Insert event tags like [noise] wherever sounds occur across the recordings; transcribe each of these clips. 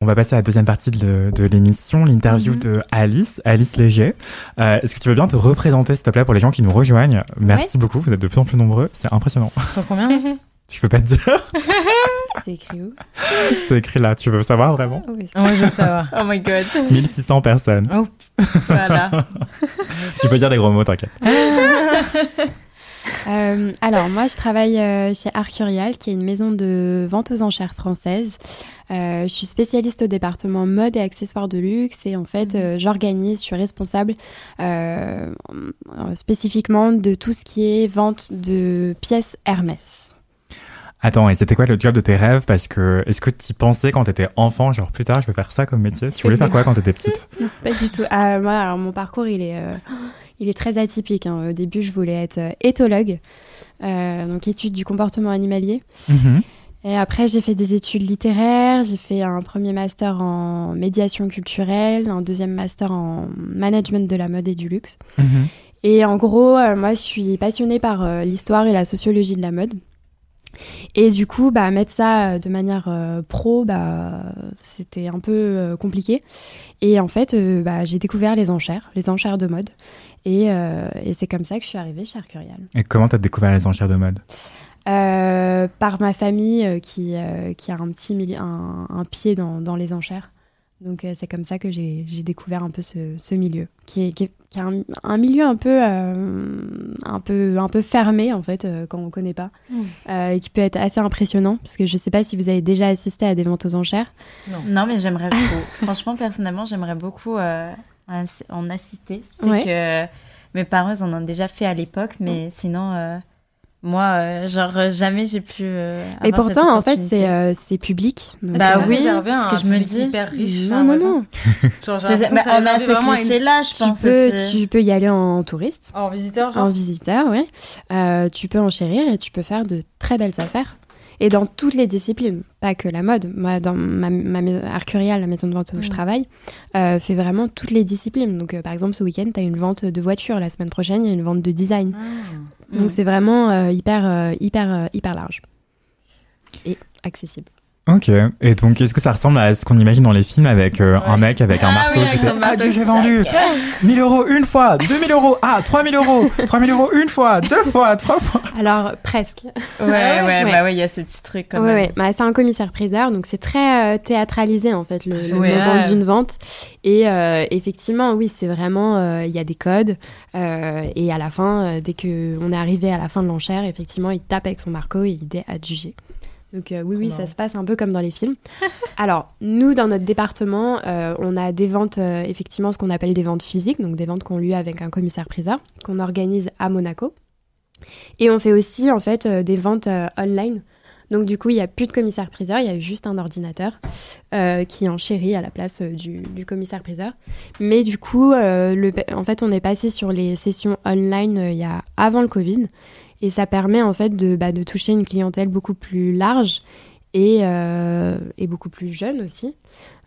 On va passer à la deuxième partie de, de l'émission, l'interview Mhm. de Alice, Alice Léger. Euh, Est-ce que tu veux bien te représenter, s'il te plaît, pour les gens qui nous rejoignent Merci beaucoup, vous êtes de plus en plus nombreux, c'est impressionnant. Ils sont combien [laughs] Tu peux pas te dire, [laughs] C'est écrit où c'est écrit là, tu veux savoir vraiment Où est-ce que- Moi, je veux savoir. Oh my god. 1600 personnes. Oh, voilà. [laughs] Tu peux dire des gros mots, t'inquiète. [laughs] Euh, alors, moi, je travaille euh, chez Arcurial, qui est une maison de vente aux enchères française. Euh, je suis spécialiste au département mode et accessoires de luxe. Et en fait, Mhm. euh, j'organise, je suis responsable euh, euh, spécifiquement de tout ce qui est vente de pièces Hermès. Attends, et c'était quoi le job de tes rêves Parce que, est-ce que tu pensais quand t'étais enfant, genre plus tard, je veux faire ça comme métier Tu voulais faire quoi quand t'étais [laughs] petite Pas du tout. Ah, moi, alors, mon parcours, il est, euh, il est très atypique. hein. Au début, je voulais être euh, éthologue, euh, donc étude du comportement animalier. Mhm. Et après, j'ai fait des études littéraires, j'ai fait un premier master en médiation culturelle, un deuxième master en management de la mode et du luxe. Mhm. Et en gros, euh, moi, je suis passionnée par euh, l'histoire et la sociologie de la mode. Et du coup, bah, mettre ça euh, de manière euh, pro, bah, c'était un peu euh, compliqué. Et en fait, euh, bah, j'ai découvert les enchères, les enchères de mode. Et, euh, et c'est comme ça que je suis arrivée chez Arcurial. Et comment t'as découvert les enchères de mode Euh, par ma famille euh, qui, euh, qui a un petit mili- un, un pied dans, dans les enchères. Donc euh, c'est comme ça que j'ai j'ai découvert un peu ce, ce milieu, qui est, qui est- qui est un, un milieu un peu, euh, un, peu, un peu fermé en fait euh, quand on ne connaît pas, Mmh. Euh, et qui peut être assez impressionnant, parce que je ne sais pas si vous avez déjà assisté à des ventes aux enchères. Non, mais j'aimerais beaucoup. Franchement, personnellement, j'aimerais beaucoup euh, en ass- en assister. Je sais Ouais. Oh. que mes parents, ils en ont déjà fait à l'époque, mais sinon, euh, moi, euh, genre, euh, jamais j'ai pu. euh, Mais avoir pourtant cette en fait opportunité. c'est euh, c'est public. Donc, Bah euh, oui, réservé à ce que un je me public dis. Hyper riche, Non, non, non. Genre, j'ai C'est- l'impression bah, que ça on a réservé vraiment à ce une- cliché-là, je Tu pense peux, aussi. euh, tu peux y aller en touriste. En visiteur, genre. En visiteur, oui. Euh, tu peux enchérir et tu peux faire de très belles affaires. Et dans toutes les disciplines, pas que la mode. Moi, dans ma, ma maison, Arcurial, la maison de vente où je Mm. travaille, euh, fait vraiment toutes les disciplines. Donc, euh, par exemple, ce week-end, tu as une vente de voiture. La semaine prochaine, il y a une vente de design. Donc, Mm. c'est vraiment euh, hyper, euh, hyper, euh, hyper large. Et accessible. Ok, et donc est-ce que ça ressemble à ce qu'on imagine dans les films avec euh, un Ouais. mec avec un Ah marteau oui, qui avec fait son marteau Ah, j'ai qui vendu [laughs] 1000 euros une fois, 2000 euros, ah, 3000 euros, 3000 euros une fois, deux fois, trois fois. Alors, presque. Ouais, ouais, Ouais. bah ouais, il y a ce petit truc quand Ouais, même. ouais. Bah, c'est un commissaire-priseur, donc c'est très euh, théâtralisé en fait le, le Ouais. moment d'une vente. Et euh, effectivement, oui, c'est vraiment euh, il y a des codes. euh, et à la fin, euh, dès que on est arrivé à la fin de l'enchère, effectivement, il tape avec son marco et il est adjugé. Donc euh, oui, oui, ça marrant. se passe un peu comme dans les films. [laughs] Alors nous, dans notre département, euh, on a des ventes euh, effectivement ce qu'on appelle des ventes physiques, donc des ventes qu'on lieu avec un commissaire-priseur qu'on organise à Monaco. Et on fait aussi en fait euh, des ventes euh, online. Donc du coup, il n'y a plus de commissaire-priseur, il y a juste un ordinateur euh, qui enchérit à la place euh, du, du commissaire-priseur. Mais du coup, euh, le, en fait, on est passé sur les sessions online euh, il y a avant le Covid. Et ça permet en fait de, bah, de toucher une clientèle beaucoup plus large et, euh, et beaucoup plus jeune aussi.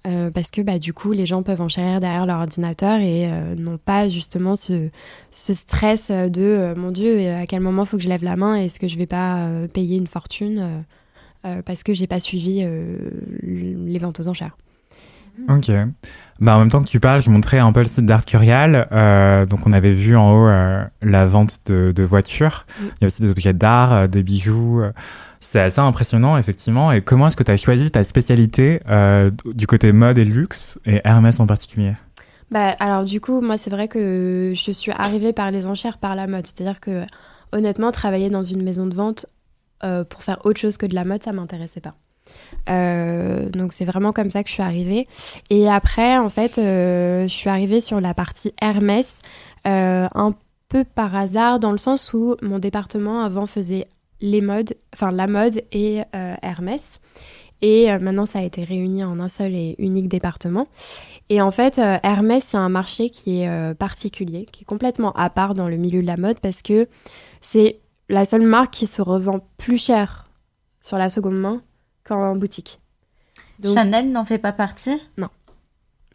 Euh, parce que bah, du coup, les gens peuvent enchérir derrière leur ordinateur et euh, n'ont pas justement ce, ce stress euh, de euh, mon Dieu, euh, à quel moment faut que je lève la main Est-ce que je vais pas euh, payer une fortune euh, euh, parce que j'ai pas suivi euh, l- les ventes aux enchères. Ok. Bah, en même temps que tu parles, je montrais un peu le site d'Arcurial. Euh, donc, on avait vu en haut euh, la vente de, de voitures. Mm. Il y a aussi des objets d'art, euh, des bijoux. euh. C'est assez impressionnant, effectivement. Et comment est-ce que tu as choisi ta spécialité euh, du côté mode et luxe, et Hermès en particulier Bah, alors du coup, moi c'est vrai que je suis arrivée par les enchères, par la mode. C'est-à-dire que honnêtement, travailler dans une maison de vente euh, pour faire autre chose que de la mode, ça m'intéressait pas. Euh, donc c'est vraiment comme ça que je suis arrivée. Et après, en fait, euh, je suis arrivée sur la partie Hermès, euh, un peu par hasard, dans le sens où mon département avant faisait les modes, enfin la mode et euh, Hermès. Et euh, maintenant, ça a été réuni en un seul et unique département. Et en fait, euh, Hermès, c'est un marché qui est euh, particulier, qui est complètement à part dans le milieu de la mode parce que c'est la seule marque qui se revend plus cher sur la seconde main qu'en boutique. Donc- Chanel n'en fait pas partie. Non,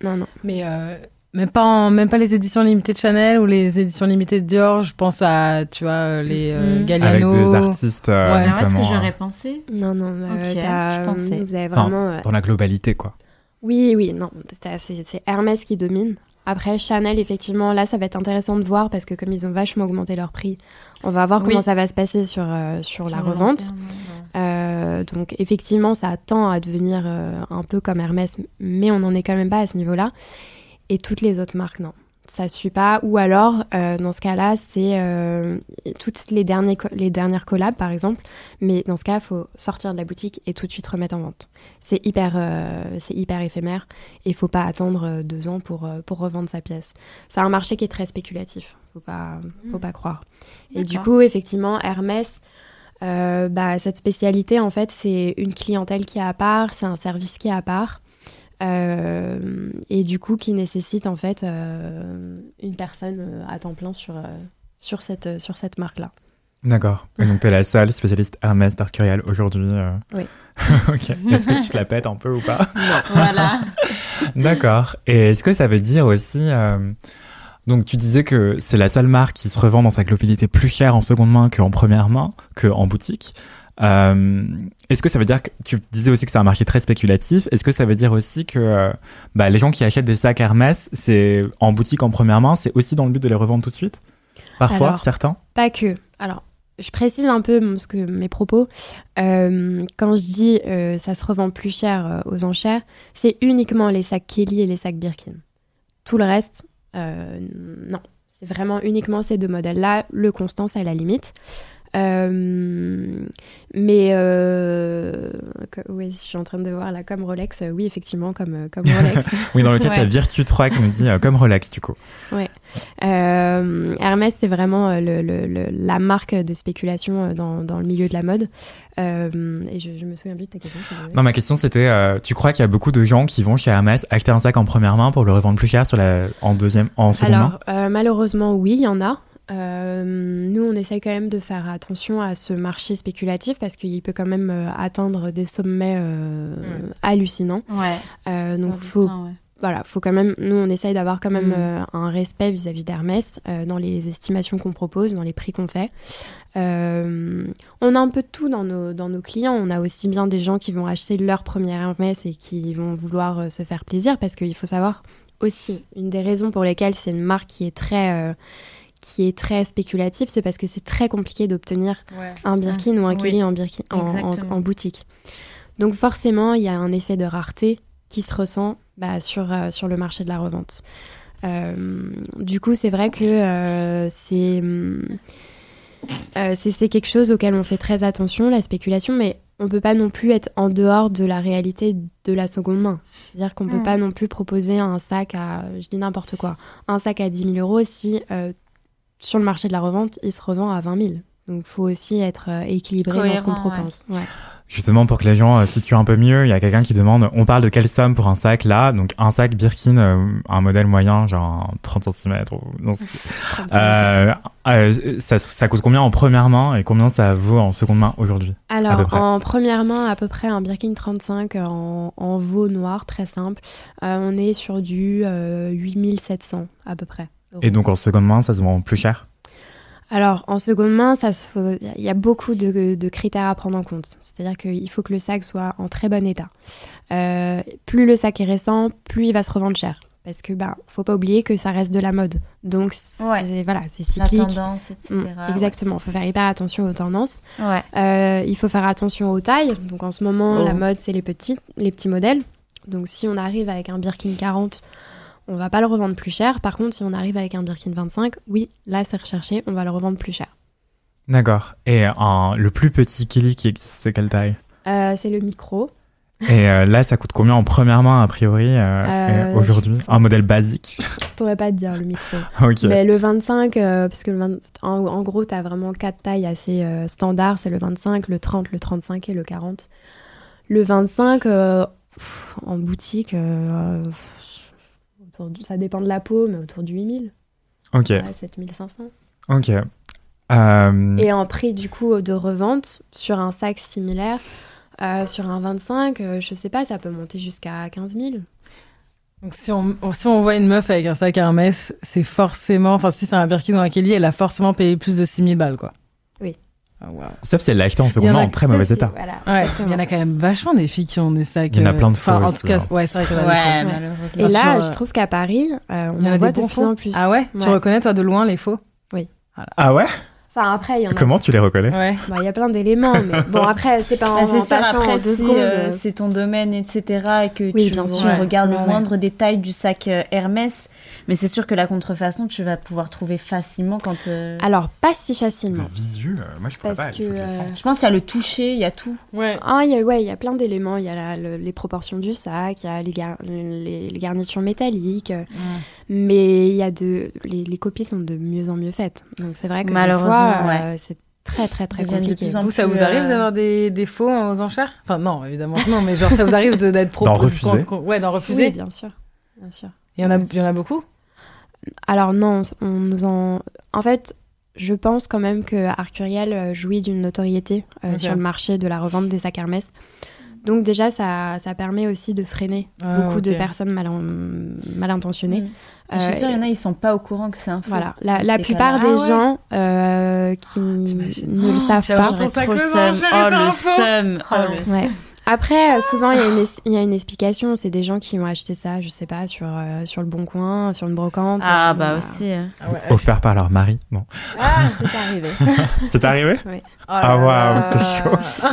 non. Mais euh, même, pas en- même pas les éditions limitées de Chanel ou les éditions limitées de Dior. Je pense à, tu vois, les euh, Mhm. Avec Galliano. des artistes, euh, Ouais. Alors, est-ce que notamment, euh, j'aurais pensé Non, non. euh, Ok, t'as- je pensais. Vous avez Enfin, vraiment. euh, dans la globalité, quoi. Oui, oui, non, c'est- c'est c'est Hermès qui domine. Après, Chanel, effectivement, là, ça va être intéressant de voir parce que comme ils ont vachement augmenté leur prix, on va voir Oui. comment ça va se passer sur, euh, sur la revente. Euh, donc, effectivement, ça tend à devenir euh, un peu comme Hermès, mais on n'en est quand même pas à ce niveau-là. Et toutes les autres marques, non. Ça ne suit pas. Ou alors, euh, dans ce cas-là, c'est euh, toutes les, derniers co- les dernières collabs, par exemple. Mais dans ce cas, il faut sortir de la boutique et tout de suite remettre en vente. C'est hyper, euh, c'est hyper éphémère et il faut pas attendre euh, deux ans pour, euh, pour revendre sa pièce. C'est un marché qui est très spéculatif. Faut pas, faut Mm. pas croire. Et du D'accord. coup, effectivement, Hermès, euh, bah, cette spécialité, en fait, c'est une clientèle qui est à part, c'est un service qui est à part. euh, et du coup, qui nécessite en fait euh, une personne euh, à temps plein sur, euh, sur cette, euh, sur cette marque-là. D'accord. Et donc, t'es la seule spécialiste Hermès d'Arcurial aujourd'hui. euh. Oui. [laughs] ok. Est-ce que tu te la pètes un peu ou [laughs] pas Voilà. D'accord. Et est-ce que ça veut dire aussi... euh, Donc, tu disais que c'est la seule marque qui se revend dans sa globalité plus chère en seconde main qu'en première main, qu'en boutique. Euh, est-ce que ça veut dire que tu disais aussi que c'est un marché très spéculatif Est-ce que ça veut dire aussi que euh, bah, les gens qui achètent des sacs Hermès, c'est en boutique en première main, c'est aussi dans le but de les revendre tout de suite Parfois, Alors, certains. Pas que. Alors, je précise un peu mon- ce que mes propos. Euh, quand je dis euh, ça se revend plus cher euh, aux enchères, c'est uniquement les sacs Kelly et les sacs Birkin. Tout le reste, euh, non. C'est vraiment uniquement ces deux modèles-là, le Constance à la limite. Euh, mais euh, que- oui, je suis en train de voir là comme Rolex. euh, oui, effectivement, comme euh, comme Rolex. Oui, dans le cas, Ouais. il y a Virtu 3 qui nous dit euh, comme relax, du coup. Euh, Hermès, c'est vraiment euh, le- le- le- la marque de spéculation euh, dans, dans le milieu de la mode. Euh, et je, je me souviens plus de ta question. je suis désolée. Non, ma question c'était, euh, tu crois qu'il y a beaucoup de gens qui vont chez Hermès acheter un sac en première main pour le revendre plus cher sur la, en deuxième, en seconde main Alors, euh, malheureusement, oui, il y en a. Euh, nous, on essaie quand même de faire attention à ce marché spéculatif parce qu'il peut quand même euh, atteindre des sommets euh, Mm. hallucinants. Ouais. Euh, donc, c'est faut important, ouais. voilà, faut quand même. Nous, on essaye d'avoir quand même Mm. euh, un respect vis-à-vis d'Hermès euh, dans les estimations qu'on propose, dans les prix qu'on fait. Euh, on a un peu de tout dans nos, dans nos clients. On a aussi bien des gens qui vont acheter leur première Hermès et qui vont vouloir euh, se faire plaisir parce qu'il faut savoir aussi une des raisons pour lesquelles c'est une marque qui est très euh, qui est très spéculative, c'est parce que c'est très compliqué d'obtenir un Birkin ou un Ah, oui, Kelly en, Birkin- en- en- exactement. en boutique. Donc forcément, il y a un effet de rareté qui se ressent bah, sur, euh, sur le marché de la revente. Euh, du coup, c'est vrai que euh, c'est hum, euh, c'est c'est quelque chose auquel on fait très attention, la spéculation, mais on peut pas non plus être en dehors de la réalité de la seconde main. C'est-à-dire qu'on peut Mm. pas non plus proposer un sac à, je dis n'importe quoi, un sac à 10 000 euros si euh, sur le marché de la revente, il se revend à 20 000. Donc, faut aussi être euh, équilibré dans ce qu'on Cohérent, ouais. propose. Ouais. Euh, Justement, pour que les gens euh, situent un peu mieux, il y a quelqu'un qui demande, on parle de quelle somme pour un sac là Donc un sac Birkin, euh, un modèle moyen, genre 30 cm. euh, euh, ça, ça coûte combien en première main et combien ça vaut en seconde main aujourd'hui à peu Alors, près. en première main, à peu près un Birkin 35 en, en veau noir, très simple. Euh, on est sur du euh, 8700 à peu près. Et donc en seconde main, ça se vend plus cher Alors, en seconde main, ça se faut- il y a beaucoup de, de critères à prendre en compte. C'est-à-dire qu'il faut que le sac soit en très bon état. Euh, plus le sac est récent, plus il va se revendre cher. Parce que, bah, faut pas oublier que ça reste de la mode. Donc, c'est- Ouais. voilà, c'est La cyclique. tendance, etc. Mm, exactement, faut faire hyper attention aux tendances. Ouais. Euh, il faut faire attention aux tailles. Donc en ce moment, Oh. la mode, c'est les petits, les petits modèles. Donc si on arrive avec un Birkin 40, on va pas le revendre plus cher. Par contre, si on arrive avec un Birkin 25, oui, là c'est recherché, on va le revendre plus cher. D'accord. Et un- le plus petit Kelly qui existe, c'est quelle taille Euh, c'est le micro. Et euh, là, ça coûte combien en première main, a priori, euh, Euh, et aujourd'hui Un modèle basique [laughs] Je pourrais pas te dire le micro. Ok. Mais le 25, euh, parce que le 20 en, en gros, tu as vraiment quatre tailles assez euh, standards. C'est le 25, le 30, le 35 et le 40. Le 25, euh, pff, en boutique, euh, pff, autour de- ça dépend de la peau, mais autour de 8000, Ok, ouais, 7500. ok. Euh, Et en prix, du coup, de revente, sur un sac similaire, euh, sur un 25, euh, je sais pas, ça peut monter jusqu'à 15 000. Donc si on, on- si on voit une meuf avec un sac Hermès, c'est forcément, enfin si c'est un Birkin ou un Kelly, elle a forcément payé plus de 6000 balles quoi. Oui. Ah, waouh. Sauf si elle l'a acheté en Il y seconde en main a en qui très Ça, mauvais c'est- état. Voilà, Ouais, il exactement. y en a quand même vachement des filles qui ont des sacs. Il y en a euh, plein de hein. enfin, fausses, En tout cas, ouais. ouais, c'est vrai qu'il y en a des Ouais, faux. malheureusement. Et là, sur, euh, je trouve qu'à Paris, euh, on Il y en en a voit des de bons plus faux. en plus. Ah ouais, Tu Ouais. reconnais toi de loin les faux Ah ouais Enfin, après, il y en a. Comment tu les reconnais Ouais. Bah, Il y a plein d'éléments, [laughs] mais bon, après, c'est pas en, Bah, en c'est sûr, passant après, en deux si secondes. euh, c'est ton domaine, etc., et que Oui, tu, bien tu sûr. Ouais. regardes Ouais, le ouais. moindre détail du sac euh, Hermès, mais c'est sûr que la contrefaçon, tu vas pouvoir trouver facilement quand... euh, Alors, pas si facilement. visu, euh, moi je Parce que. euh, Je pense qu'il y a le toucher, il y a tout. Ouais. Ah, il y a, ouais, il y a plein d'éléments. Il y a la- le- les proportions du sac, il y a les, gar- les- les garnitures métalliques, euh, mais il y a de, les, les copies sont de mieux en mieux faites. Donc c'est vrai que des Malheureusement, fois, euh, c'est très très très Ils viennent de compliqué. plus en Vous, ça plus, vous arrive euh, d'avoir des, des faux hein, aux enchères Enfin non, évidemment que non, mais genre ça vous arrive de- d'être pro D'en refuser. qu'on- qu'on- Ouais, d'en Oui, refuser. bien sûr, bien sûr. Il y en a, il y en a beaucoup. Alors non, on- on nous en. En fait, je pense quand même que Arcuriel euh, jouit d'une notoriété euh, Ok. sur le marché de la revente des sacs Hermès. Donc déjà, ça, ça permet aussi de freiner Ah, beaucoup de ok. personnes mal, en- mal intentionnées. Mm. Je suis Euh, sûre, il y en a, ils sont pas au courant que c'est un faux. Voilà, la, la C'est plupart quand même- des Ah ouais. Ah, gens euh, qui Oh, T'imagines. ne le savent j'avoue, pas. j'aurais J'aurais sac trop le aux seum. enchères, Oh, c'est un le faux. seum. Oh, Ah, le ouais. [laughs] seum. Ouais. Après, euh, souvent, il y, a une es- il y a une explication. C'est des gens qui ont acheté ça, je sais pas, sur, euh, sur le Bon Coin, sur une brocante. Euh, Ah, Bon, bah aussi. hein. Ah ouais. Euh, Offert par leur mari. Bon. [laughs] Ah, c'est pas [laughs] arrivé. C'est arrivé Ah waouh, c'est chaud.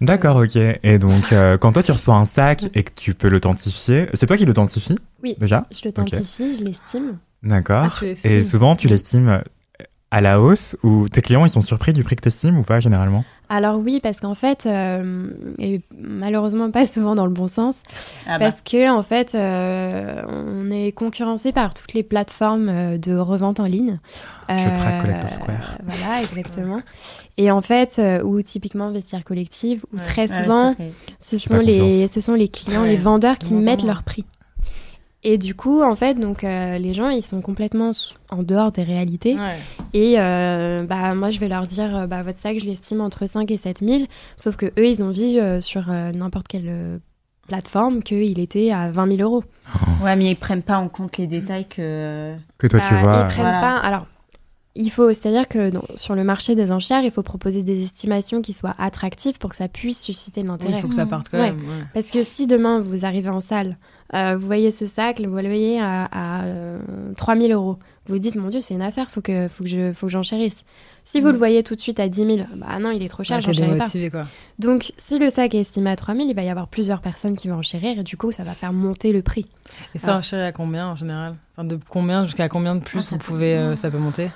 D'accord, ok. Et donc, euh, quand toi tu reçois un sac et que tu peux l'authentifier, c'est toi qui l'authentifie Oui. Déjà Je l'authentifie, je l'estime. Ah, D'accord. tu et l'estimes. souvent, tu l'estimes à la hausse ou tes clients ils sont surpris du prix que t'estimes ou pas généralement Alors oui, parce qu'en fait, euh, et malheureusement pas souvent dans le bon sens, Ah bah. parce que en fait, euh, on est concurrencé par toutes les plateformes euh, de revente en ligne. Je Euh, traque Collector Square. Voilà, exactement. Et en fait, euh, ou typiquement vestiaire collective, ou Ouais. très Ouais, souvent, c'est vrai. ce J'ai pas sont les confiance. ce sont les clients, Ouais, les vendeurs de qui moins en mettent moins. leur prix. Et du coup, en fait, donc euh, les gens, ils sont complètement sous- en dehors des réalités. Ouais. Et euh, bah, moi, je vais leur dire, euh, bah, votre sac, je l'estime entre 5 et 7 000. Sauf que eux, ils ont vu euh, sur euh, n'importe quelle euh, plateforme qu'il était à 20 000 euros. Ouais, mais ils prennent pas en compte les détails que. Que toi tu Bah, vois. euh, Ils prennent Voilà. pas. Alors, il faut, c'est-à-dire que dans- sur le marché des enchères, il faut proposer des estimations qui soient attractives pour que ça puisse susciter de Il l'intérêt. faut que ça parte quand Ouais. même. ouais. Parce que si demain vous arrivez en salle, euh, vous voyez ce sac, vous le voyez à, à 3000 euros, vous vous dites mon Dieu, c'est une affaire, faut que faut que je faut que j'enchérisse. Si vous le voyez tout de suite à 10 000, bah non, il est trop cher, Mm. Ouais, t'es j'enchéris pas. démotivé, quoi. Donc si le sac est estimé à 3000, il va y avoir plusieurs personnes qui vont enchérir et du coup ça va faire monter le prix. Et ça, un chéri à combien en général Enfin, de combien jusqu'à combien de plus Ah, ça vous peut- pouvez, euh, Ah. ça peut monter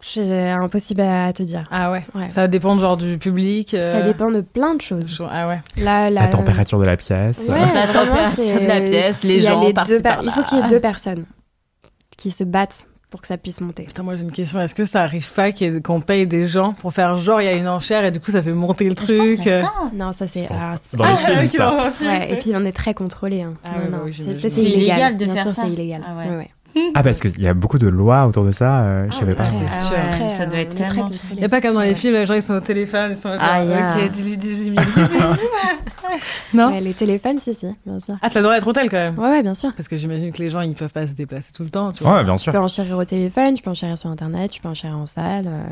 C'est euh, impossible à te dire. Ah ouais. Ouais. Ça dépend genre du public. euh, Ça dépend de plein de choses. toujours- Ah ouais. La, La température de la pièce. Ouais, La vraiment, température c'est- de la pièce, s'il les y a gens, par-ci, deux per- par-là. Il faut qu'il y ait deux personnes qui se battent pour que ça puisse monter. Putain, moi j'ai une question. Est-ce que ça arrive pas qu'il y ait- qu'on paye des gens pour faire genre il y a une enchère et du coup ça fait monter le Je pense truc que Ah, euh, ça. Non, ça c'est. pense alors, pas. c'est- Dans les films, ça. Ouais, et puis on est très contrôlé. hein. Ah Non, oui, bah non, oui, c'est- ça, j'imagine. c'est C'est illégal. illégal de Bien faire sûr, ça. c'est illégal. Ah ouais. Ouais, ouais. Ah, parce qu'il y a beaucoup de lois autour de ça, euh, je savais pas. ouais. moi. c'est Ah sûr. ouais, Ça doit euh, être on est très tellement- contrôlé. Il n'y a pas comme dans les films, les gens ils sont au téléphone, ils sont là, Ah, genre, yeah. ok, dis-lui, [laughs] dis-lui, dis-lui, dis-lui. Non Ouais, les téléphones, si, si, bien sûr. Ah, t'as le droit d'être hôtel quand même. Ouais, ouais, bien sûr. Parce que j'imagine que les gens ils peuvent pas se déplacer tout le temps. Tu vois. Ouais, bien Tu sûr. peux enchérir au téléphone, tu peux enchérir sur internet, tu peux enchérir en salle. euh,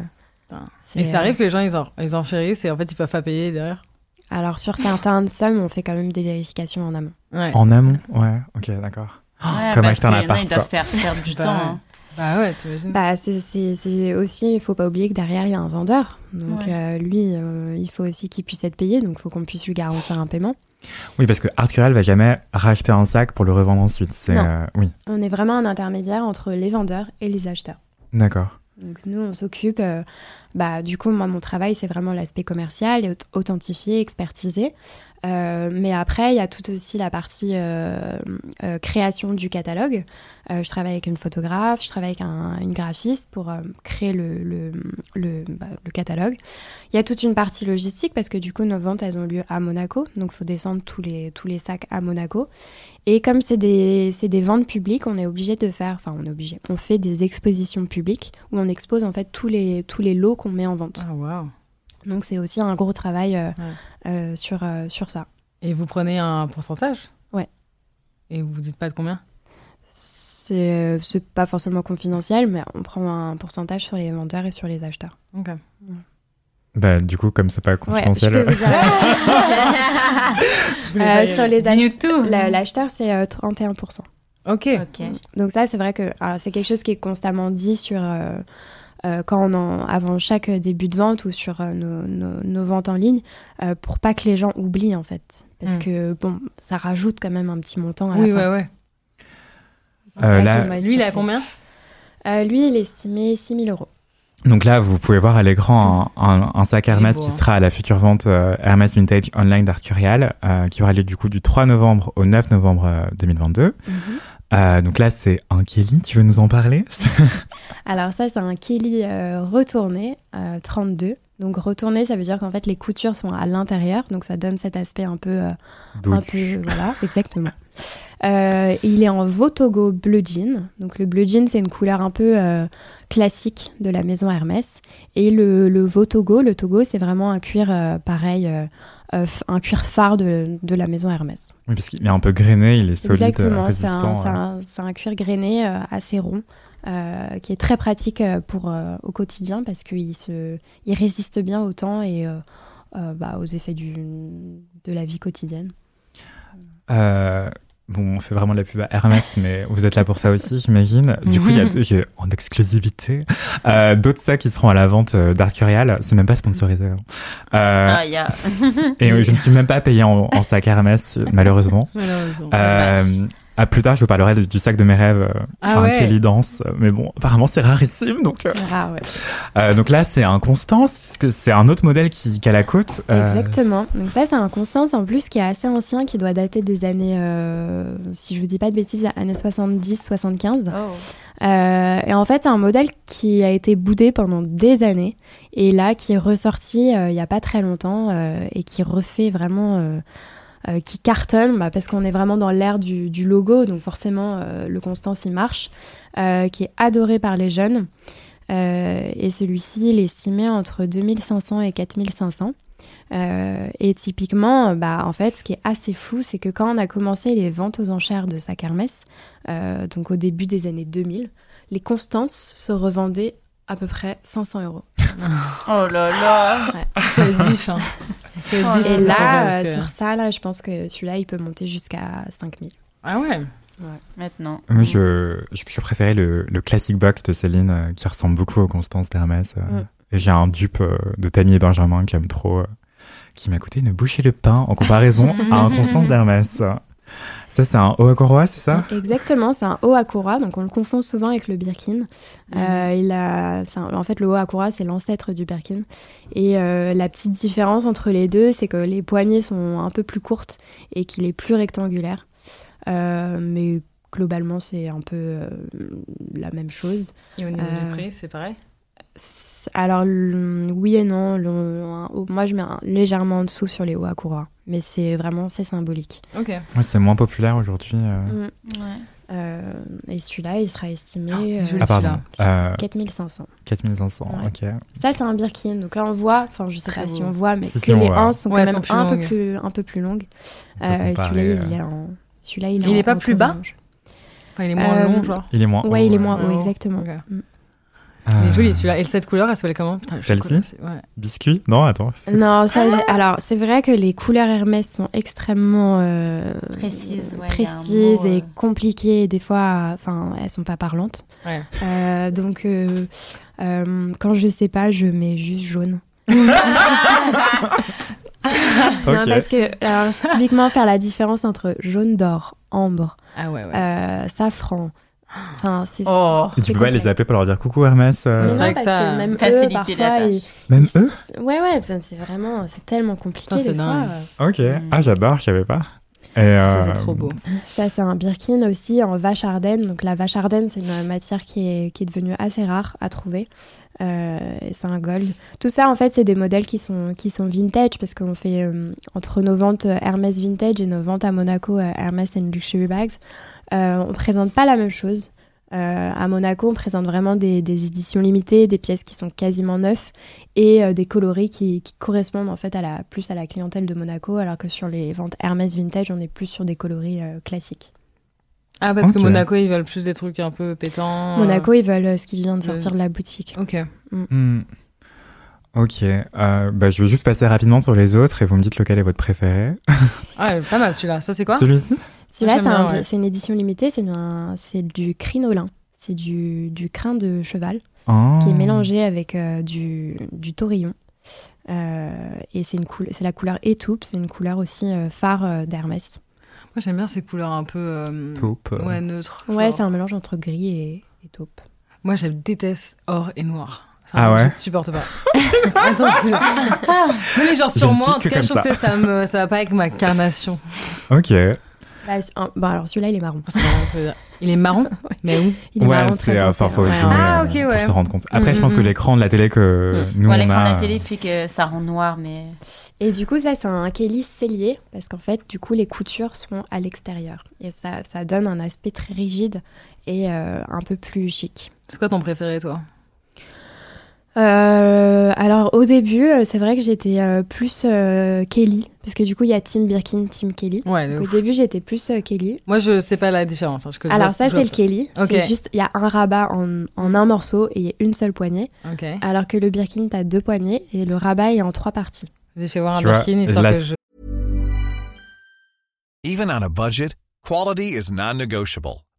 Putain. c'est- euh, Ben, Et ça arrive que les gens ils, en, ils enchérissent et en fait ils peuvent pas payer derrière. Alors, sur certaines sommes, on fait quand même des vérifications en amont. Ouais. En amont Ouais, ok, d'accord. Ouais, Comme parce acheter un qu'il y en a, appart, Ils doivent quoi. faire perdre du Bah, temps. hein. Bah ouais, t'imagines. Bah, c'est c'est- c'est aussi, il faut pas oublier que derrière, il y a un vendeur. Donc, euh, lui, euh, il faut aussi qu'il puisse être payé, donc il faut qu'on puisse lui garantir un paiement. Oui, parce que Arcurial va jamais racheter un sac pour le revendre ensuite. C'est Non. euh, oui, On est vraiment un intermédiaire entre les vendeurs et les acheteurs. d'accord. Donc nous, on s'occupe euh, bah, du coup, moi, mon travail, c'est vraiment l'aspect commercial, et aut- authentifié, expertisé. Euh, mais après, il y a tout aussi la partie euh, euh, création du catalogue. Euh, je travaille avec une photographe, je travaille avec un- une graphiste pour euh, créer le, le, le, bah, le catalogue. Il y a toute une partie logistique parce que du coup, nos ventes, elles ont lieu à Monaco. Donc, il faut descendre tous les, tous les sacs à Monaco. Et comme c'est des, c'est des ventes publiques, on est obligé de faire, enfin, on est obligé, on fait des expositions publiques où on expose en fait tous les, tous les lots qu'on met en vente. Ah, waouh. Donc, c'est aussi un gros travail euh, Ouais. euh, sur, euh, sur ça. Et vous prenez un pourcentage Ouais. Et vous vous dites pas de combien C'est euh, c'est pas forcément confidentiel, mais on prend un pourcentage sur les vendeurs et sur les acheteurs. Ok. Bah, du coup, comme c'est pas Ouais, je confidentiel. peux [laughs] vous dire, Ah, euh, euh, sur les Dis-nous acheteurs, tout. l'acheteur c'est euh, 31%. Ok. Ok. Donc ça, c'est vrai que euh, c'est quelque chose qui est constamment dit sur euh, euh, quand on en- avant chaque début de vente ou sur euh, nos, nos- nos ventes en ligne, euh, pour pas que les gens oublient en fait, parce Mm. que bon, ça rajoute quand même un petit montant à la Oui, fin. ouais, ouais. Faut pas Euh, qu'ils là- vont être Lui, il a surpris. combien Euh, Lui, il est estimé 6 000 euros. Donc là, vous pouvez voir à l'écran un, Mm. un- un sac Hermès beau, qui hein. sera à la future vente euh, Hermès Vintage Online d'Arcurial, euh, qui aura lieu du coup du 3 novembre au 9 novembre euh, 2022. Mm-hmm. Euh, donc là, c'est un Kelly. Tu veux nous en parler Alors ça, c'est un Kelly euh, retourné, euh, 32. Donc retourné, ça veut dire qu'en fait les coutures sont à l'intérieur, donc ça donne cet aspect un peu, euh, [laughs] un Donc, peu voilà, exactement. [laughs] Euh, il est en Votogo bleu jean. Donc le bleu jean, c'est une couleur un peu euh, classique de la maison Hermès. Et le, le Votogo, le Togo, c'est vraiment un cuir euh, pareil, euh, euh, f- un cuir phare de, de la maison Hermès. Oui, parce qu'il est un peu grainé, il est solide, euh, Exactement, c'est un, résistant. c'est euh. un- c'est un cuir grainé euh, assez rond euh, qui est très pratique euh, pour, euh, au quotidien parce qu'il se, il résiste bien au temps et euh, euh, bah, aux effets du, de la vie quotidienne. Euh, bon, on fait vraiment de la pub à Hermès, mais vous êtes là pour ça aussi, j'imagine. Du coup, il y a Mhm. il y a, en exclusivité euh, d'autres sacs qui seront à la vente euh, d'Arcurial. C'est même pas sponsorisé. hein. Euh, Ah, il y a- et euh, je ne suis même pas payé en, en sac Hermès, [laughs] malheureusement. Malheureusement. Euh, à plus tard, je vous parlerai de- du sac de mes rêves, euh, Ah enfin, ouais. Kelly Dance. euh, Mais bon, apparemment, c'est rarissime. Donc, euh, Ah ouais. euh, donc là, c'est un constant. c'est- C'est un autre modèle qui, qu'à la côte. euh, Exactement. Donc ça, c'est un Constance en plus qui est assez ancien, qui doit dater des années, euh, si je vous dis pas de bêtises, années 70-75. Oh. Euh, et en fait, c'est un modèle qui a été boudé pendant des années et là qui est ressorti euh, il n'y a pas très longtemps euh, et qui refait vraiment, euh, euh, qui cartonne bah, parce qu'on est vraiment dans l'ère du, du logo, donc forcément euh, le Constance il marche, euh, qui est adoré par les jeunes. Euh, et celui-ci, il est estimé entre 2500 et 4500. Euh, et typiquement, bah, en fait, ce qui est assez fou, c'est que quand on a commencé les ventes aux enchères de sa kermesse, euh, donc au début des années 2000, les Constances se revendaient à peu près 500 euros. Oh là là. Faut être vif, hein. Faut être Oh, vif, c'est Et c'est là, intéressant, euh, c'est- sur ça, là, je pense que celui-là, il peut monter jusqu'à 5000. Ah ouais. Maintenant. Moi, je, je, je préférais le, le classic box de Céline euh, qui ressemble beaucoup au Constance d'Hermès. euh, Mm. Et j'ai un dupe euh, de Tammy et Benjamin qui aime trop, euh, qui m'a coûté une bouchée de pain en comparaison à un Constance d'Hermès. Ça, c'est un haut à courroie, c'est Mm. ça Exactement, c'est un haut à courroie, donc on le confond souvent avec le birkin. Euh, il a, c'est un- en fait, le haut à courroie, c'est l'ancêtre du birkin. Et euh, la petite différence entre les deux, c'est que les poignées sont un peu plus courtes et qu'il est plus rectangulaire. Euh, mais globalement, c'est un peu euh, la même chose. Et au niveau Euh, du prix, c'est pareil C'est- Alors, le- oui et non. le- un haut- moi, je mets un- légèrement en dessous sur les hauts à courroie. Mais c'est vraiment, c'est symbolique. Ok. Ouais, C'est moins populaire aujourd'hui. euh. Mm. Ouais. Euh, et celui-là, il sera estimé Oh, euh, joli. Ah, pardon. Euh, 4500. 4500, Ouais. ok. Ça, c'est un birkin. Donc là, on voit, enfin, je sais Très pas si beau. on voit, mais Si, que si, on les voit. hanches sont Ouais, quand même elles sont un, plus peu plus, un peu plus longues. On peut Euh, et comparer, celui-là, euh, il est en. Celui-là, il est, Il en est pas entre plus bas orange. Enfin, il est moins Euh, long, genre. Il est moins Ouais, haut, il est moins haut, Ouais, haut. exactement. Ok. Mm. Il Euh, est joli celui-là. Et cette couleur, elle s'appelle comment Putain, je suis Celle-ci con- Ouais. Biscuit Non, attends. c'est- Euh, Non, ça, Ah j'ai- alors c'est vrai que les couleurs Hermès sont extrêmement euh, Précises, ouais, y a un précises mot, euh. et compliquées. et Des fois, enfin, elles sont pas parlantes. Ouais. Euh, donc, euh, euh, quand je sais pas, je mets juste jaune. [laughs] Non, Ok. parce que alors, typiquement faire la différence entre jaune d'or, ambre, Ah ouais, Ah, ouais. euh, safran, Enfin, c'est Oh, Et tu C'est peux pas les complet. appeler pour leur dire coucou Hermès. euh, Mais C'est non, vrai que parce ça- même eux, Faciliter la parfois, tâche. ils- Même ils- eux Ouais, ouais, putain, c'est vraiment, c'est tellement compliqué Putain, c'est des fois. euh. dingue. Ok. Mm. Ah, j'adore, je savais pas. Et, Ça, euh, c'est trop beau. Ça, c'est un birkin aussi en vache ardenne. Donc la vache ardenne, c'est une matière qui est, qui est devenue assez rare à trouver. Euh, et c'est un gold. Tout ça, en fait, c'est des modèles qui sont, qui sont vintage parce qu'on fait euh, entre nos ventes Hermès Vintage et nos ventes à Monaco euh, Hermès and Luxury Bags. Euh, on présente pas la même chose. Euh, à Monaco, on présente vraiment des, des éditions limitées, des pièces qui sont quasiment neuves et euh, des coloris qui, qui correspondent en fait à la, plus à la clientèle de Monaco, alors que sur les ventes Hermès Vintage, on est plus sur des coloris euh, classiques. Ah, parce Ok. que Monaco, ils veulent plus des trucs un peu pétants. euh, Monaco, ils veulent euh, ce qui vient de le- sortir de la boutique. Ok. Hmm. Ok, euh, bah, je vais juste passer rapidement sur les autres et vous me dites lequel est votre préféré. Ah, pas mal celui-là. Ça, c'est quoi Celui-ci Celui-là, Ah, j'aime c'est un bien, bi- ouais. c'est une édition limitée, c'est un- c'est du crinolin, c'est du, du crin de cheval. Oh. Ah. qui est mélangé avec euh, du, du taurillon. Euh, et c'est une couleur, c'est la couleur étoupe, c'est une couleur aussi euh, phare euh, d'Hermès. Moi, j'aime bien ces couleurs un peu. euh, Taupe. Ouais, neutre. Ouais, genre. c'est un mélange entre gris et, et taupe. Moi, je déteste or et noir. C'est Ah un truc ouais que Je supporte pas. [laughs] Attends, tu- [laughs] Ah, non, mais genre Je sur ne suis moi, en que tout cas, je comme trouve que ça me ça va pas avec ma carnation. [laughs] Ok. Bah, c- un- bon, alors celui-là, il est marron. C'est marrant, ça veut dire. Il [laughs] est marron, mais où Il est ouais, marron c'est. très euh, Enfin, foncé, faut ouais. zoomer, Ah, euh, ok, pour ouais. se rendre compte. Après, Mm, je pense mm, que mm. l'écran de la télé que nous Bon, on Mm. l'écran de a. la télé fait que ça rend noir, mais Et du coup, ça, c'est un kélis cellier, parce qu'en fait, du coup, les coutures sont à l'extérieur. Et ça, ça donne un aspect très rigide et euh, un peu plus chic. C'est quoi ton préféré, toi Euh, alors au début, euh, c'est vrai que j'étais euh, plus euh, Kelly, parce que du coup il y a Tim Birkin, Tim Kelly. Ouais, de Donc, au ouf. début j'étais plus euh, Kelly. Moi, je sais pas la différence. hein, je connais Alors pas- ça je- c'est le Kelly, Ok. c'est juste il y a un rabat en, en un morceau et il y a une seule poignée, Ok. alors que le Birkin t'as deux poignées et le rabat est en trois parties. Vas-y, fais voir un Tu vois, Birkin, histoire là, que je. Even on a budget, quality is non-negotiable.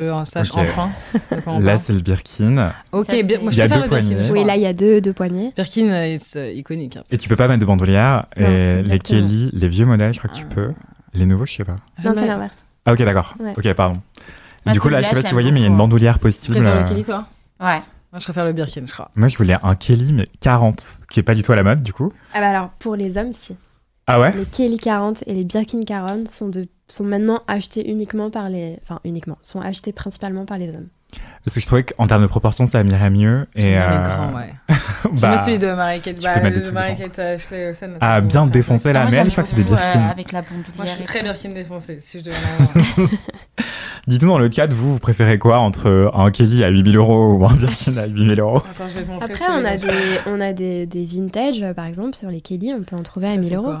je sache Ok. enfin. de quoi on Là, parle. c'est le Birkin. Ok, Ça bien- moi, fait- je Il y a préfère deux le Birkin. poignées. je Oui crois. là il y a deux deux poignées. Birkin, euh, it's euh, iconique. hein. Et tu peux pas mettre de bandoulière. Non, et les exactement. Kelly, les vieux modèles, je crois que tu peux. Les nouveaux, je sais pas. Non c'est J'aime l'inverse. Ah, ok, d'accord. Ouais. Ok, pardon. Moi, du coup, là, celui-là, je sais pas je si vous l'aime voyez, mais il y a une beaucoup, hein. bandoulière Tu possible. préfères le euh, Kelly, toi ouais. Moi, je préfère le Birkin, je crois. Moi, je voulais un Kelly, mais 40, qui est pas du tout à la mode, du coup. Ah bah alors pour les hommes si. Ah ouais Les Kelly 40 et les Birkin 40 sont de sont maintenant achetés uniquement par les enfin uniquement sont achetés principalement par les hommes. Parce que je trouvais qu'en termes de proportion, ça m'irait mieux. Et J'aime bien euh, les grands, [laughs] ouais. bah, je me suis de Marie-Kate tu peux mettre des bah, trucs Marie-Kate euh, Ashley Olsen, Ah, bien notamment. défoncé là, Moi, mais elle, j'aime je crois que c'est des beaucoup, euh, Birkin. avec la bombe Moi, je suis très Birkin défoncée, si je devais en avoir. Dites-nous dans le chat, vous, vous préférez quoi entre euh, un Kelly à 8000 euros ou un Birkin à 8000 euros Attends, je vais te montrer. Après, on a, des, on a des, des vintage, euh, par exemple, sur les Kelly, on peut en trouver à 1000 euros.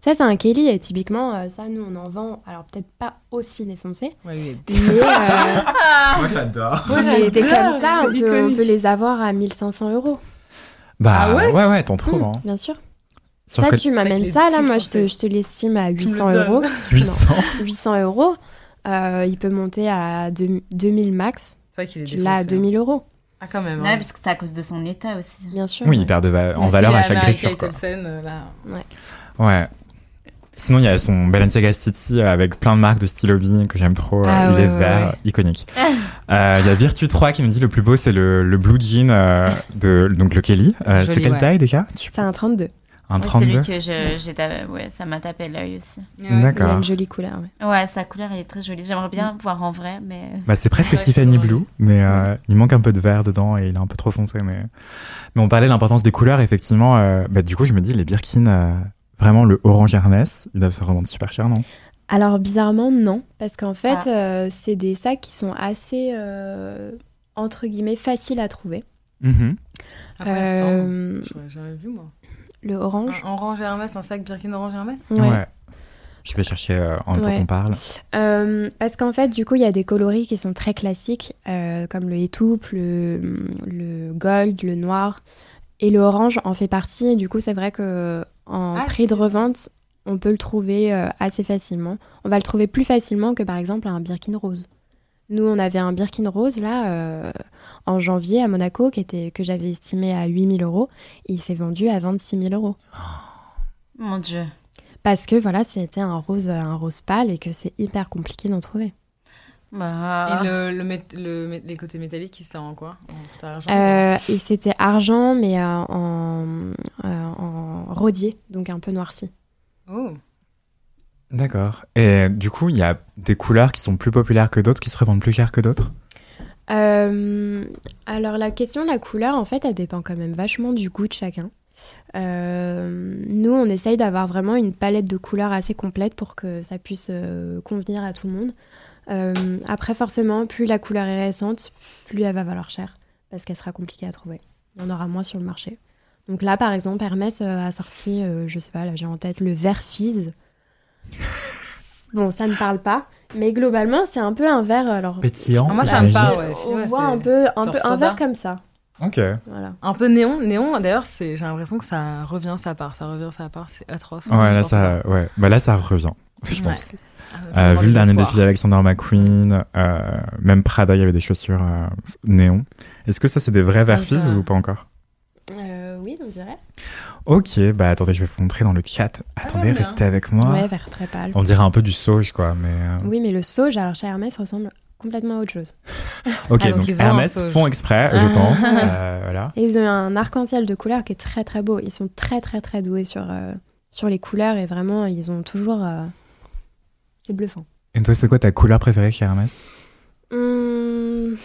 Ça, c'est un Kelly, et typiquement, euh, ça, nous, on en vend, alors peut-être pas aussi [laughs] défoncé, mais euh, Ah, Moi, j'adore. mais des comme ça, on peut, on peut les avoir à 1500 euros. Bah, Ah ouais, ouais ouais, t'en trouves. Mmh, Hein. bien sûr. Sur ça, que- tu Avec m'amènes les ça, là, petits moi, je te, Français. je te l'estime à 800 donnes. euros. 800. 800 euros, euh, il peut monter à deux- 2000 max, C'est vrai qu'il est hein. tu l'as à défoncé. 2000 euros, Ah, quand même. Ouais, parce que c'est à cause de son état aussi. bien sûr. Oui, il perd de va- en Merci valeur à la chaque griffure. Marie-Kate Quoi. Olsen, euh, là. Ouais. Sinon, il y a son Balenciaga City avec plein de marques de stylo B que j'aime trop. euh, Ah il ouais, est ouais, vert, ouais. [laughs] iconique. Euh, Il y a Virtu 3 qui nous dit le plus beau, c'est le, le blue jean euh, de donc le Kelly. Euh, Joli, c'est quelle ouais. taille déjà Tu- C'est un Un 32, Ouais, C'est 32 lui que je, j'ai tapé- ouais, ça m'a tapé l'œil aussi. il a D'accord. une jolie couleur. ouais. Ouais, sa couleur elle est très jolie. J'aimerais bien Mm. voir en vrai, mais Bah, c'est presque Ouais, c'est Tiffany vrai. Blue, mais euh, il manque un peu de vert dedans et il est un peu trop foncé. Mais, mais on parlait de l'importance des couleurs, effectivement. euh, bah, du coup, je me dis, les Birkin, euh, vraiment le orange Hermès, ils doivent se revendre super cher, non Alors bizarrement non, parce Ah. qu'en fait euh, c'est des sacs qui sont assez euh, entre guillemets faciles à trouver. Mm-hmm. Ah ouais, ça, Euh, J'aurais jamais vu, moi. le Un orange. orange Hermès, un sac Birkin orange Hermès ouais. Ouais. Je vais chercher euh, en même temps Ouais. qu'on parle. Euh, parce qu'en fait, du coup, il y a des coloris qui sont très classiques, euh, comme le étoupe, le, le gold, le noir, et le orange en fait partie. Et du coup, c'est vrai que en Ah, prix de c'est vrai. revente, on peut le trouver euh, assez facilement. On va le trouver plus facilement que par exemple un Birkin rose. Nous, on avait un Birkin rose là euh, en janvier à Monaco, qui était que j'avais estimé à 8000 euros. Il s'est vendu à 26 000 euros Mon Dieu. parce que voilà, c'était un rose, un rose pâle et que c'est hyper compliqué d'en trouver. Bah, Et le, le mét- le mét- les côtés métalliques, c'était en quoi En putain, argent Euh, et c'était argent, mais euh, en, euh, en rodier, donc un peu noirci. Oh. D'accord. Et du coup, il y a des couleurs qui sont plus populaires que d'autres, qui se revendent plus cher que d'autres. Euh, alors la question de la couleur, en fait, elle dépend quand même vachement du goût de chacun. Euh, nous, on essaye d'avoir vraiment une palette de couleurs assez complète pour que ça puisse euh, convenir à tout le monde. Euh, après, forcément, plus la couleur est récente, plus elle va valoir cher, parce qu'elle sera compliquée à trouver. Il y en aura moins sur le marché. Donc là, par exemple, Hermès euh, a sorti, euh, je sais pas, là j'ai en tête le vert fizz. bon, ça ne parle pas, mais globalement, c'est un peu un vert. Alors, Pétillant. Ah, moi, ça j'imagine. me parle, ouais. on Ouais, voit c'est un peu un, leur peu, un soda. verre comme ça. Ok. Voilà. Un peu néon. Néon, d'ailleurs, c'est- j'ai l'impression que ça revient sa part. Ça revient sa part. C'est atroce. Ouais, là, N'importe quoi. ça, ouais. Bah, là, ça revient, je Ouais. pense. Ah, Euh, vraiment vu le des dernier espoirs. défi d'Alexander McQueen, euh, même Prada, il y avait des chaussures euh, néon. Est-ce que ça, c'est des vrais verfis ça- ou pas encore Euh, oui, on dirait. Ok, bah attendez, je vais vous montrer dans le chat. Attendez, j'aime bien. restez avec moi. Ouais, vert très pâle. On dirait un peu du sauge, quoi. Mais euh, Oui, mais le sauge, alors chez Hermès, ressemble complètement à autre chose. ok, Ah, donc donc ils ont un Hermès sauge. font exprès, Ah. je pense. Euh, voilà. Et ils ont un arc-en-ciel de couleurs qui est très très beau. Ils sont très très très doués sur, euh, sur les couleurs et vraiment, ils ont toujours. euh, C'est bluffant. Et toi, c'est quoi ta couleur préférée chez Hermès Hum,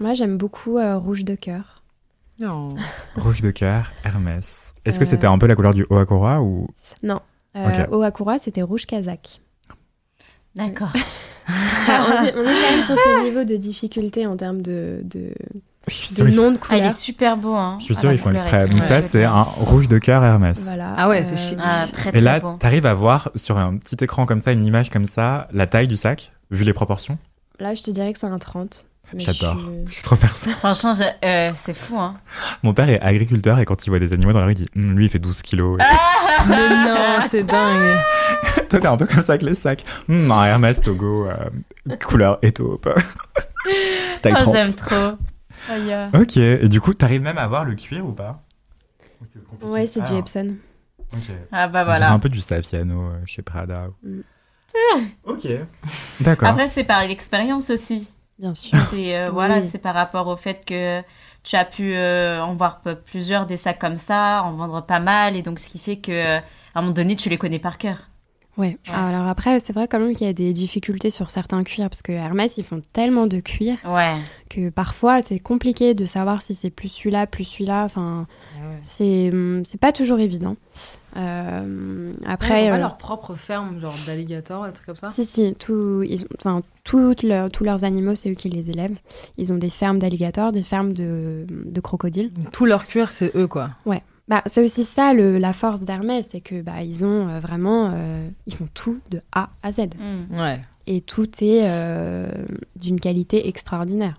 Moi, j'aime beaucoup euh, rouge de cœur. [laughs] Non. Rouge de cœur, Hermès. Est-ce que Euh. c'était un peu la couleur du haut à courroie ou Euh, Ok. Au Akura, c'était rouge kazakh. d'accord. Enfin, [laughs] on, est, on est quand même sur [laughs] ce niveau de difficulté en termes de, de, Je suis de sûr, ils- nom de Ah, il couleur. est super beau, hein. je suis Ah, sûr, la ils font couleur est exprès. très, Donc très ça, jolie. c'est un rouge de cœur Hermès. Voilà. euh, Ah ouais, c'est chic. Ah, très, très Et là, beau. t'arrives à voir sur un petit écran comme ça, une image comme ça, la taille du sac, vu les proportions. Là, je te dirais que c'est un 30. mais J'adore. je- euh, Je suis trop perso. Franchement, je- euh, c'est fou, hein. [laughs] Mon père est agriculteur et quand il voit des animaux dans la rue, il dit Hum, lui, il fait 12 kilos. Et Ah. Mais non, [laughs] c'est dingue. [laughs] Toi, t'es un peu comme ça avec les sacs. Hum, un Hermès Togo, euh, couleur [laughs] étaupe. taille Oh, 30. J'aime trop. Oh, yeah. Ok, et du coup, t'arrives même à voir le cuir ou pas Ou c'est compliqué Ouais, c'est du Ah, Epson. ok. Ah bah On dirait voilà. un peu du Sapiano euh, chez Prada. Mm. ok. D'accord. Après, c'est par l'expérience aussi. Bien sûr. C'est euh, voilà, Oui. c'est par rapport au fait que tu as pu euh, en voir p- plusieurs des sacs comme ça, en vendre pas mal, et donc ce qui fait que euh, à un moment donné, tu les connais par cœur. Ouais. Alors après, c'est vrai quand même qu'il y a des difficultés sur certains cuirs, parce que Hermès, ils font tellement de cuirs Ouais. que parfois, c'est compliqué de savoir si c'est plus celui-là, plus celui-là. Enfin, c'est hum, c'est pas toujours évident. Euh, Après, après, ils ont pas euh, leur propre ferme, genre d'alligator, des trucs comme ça. si si, tout, ils ont, enfin, toutes leurs- tous leurs animaux, c'est eux qui les élèvent. Ils ont des fermes d'alligators, des fermes de, de crocodiles. Donc, Tout leur cuir, c'est eux, quoi. Bah, c'est aussi ça le, la force d'Hermès, c'est que bah ils ont euh, vraiment, euh, ils font tout de A à Z Mm. Ouais. et tout est euh, d'une qualité extraordinaire.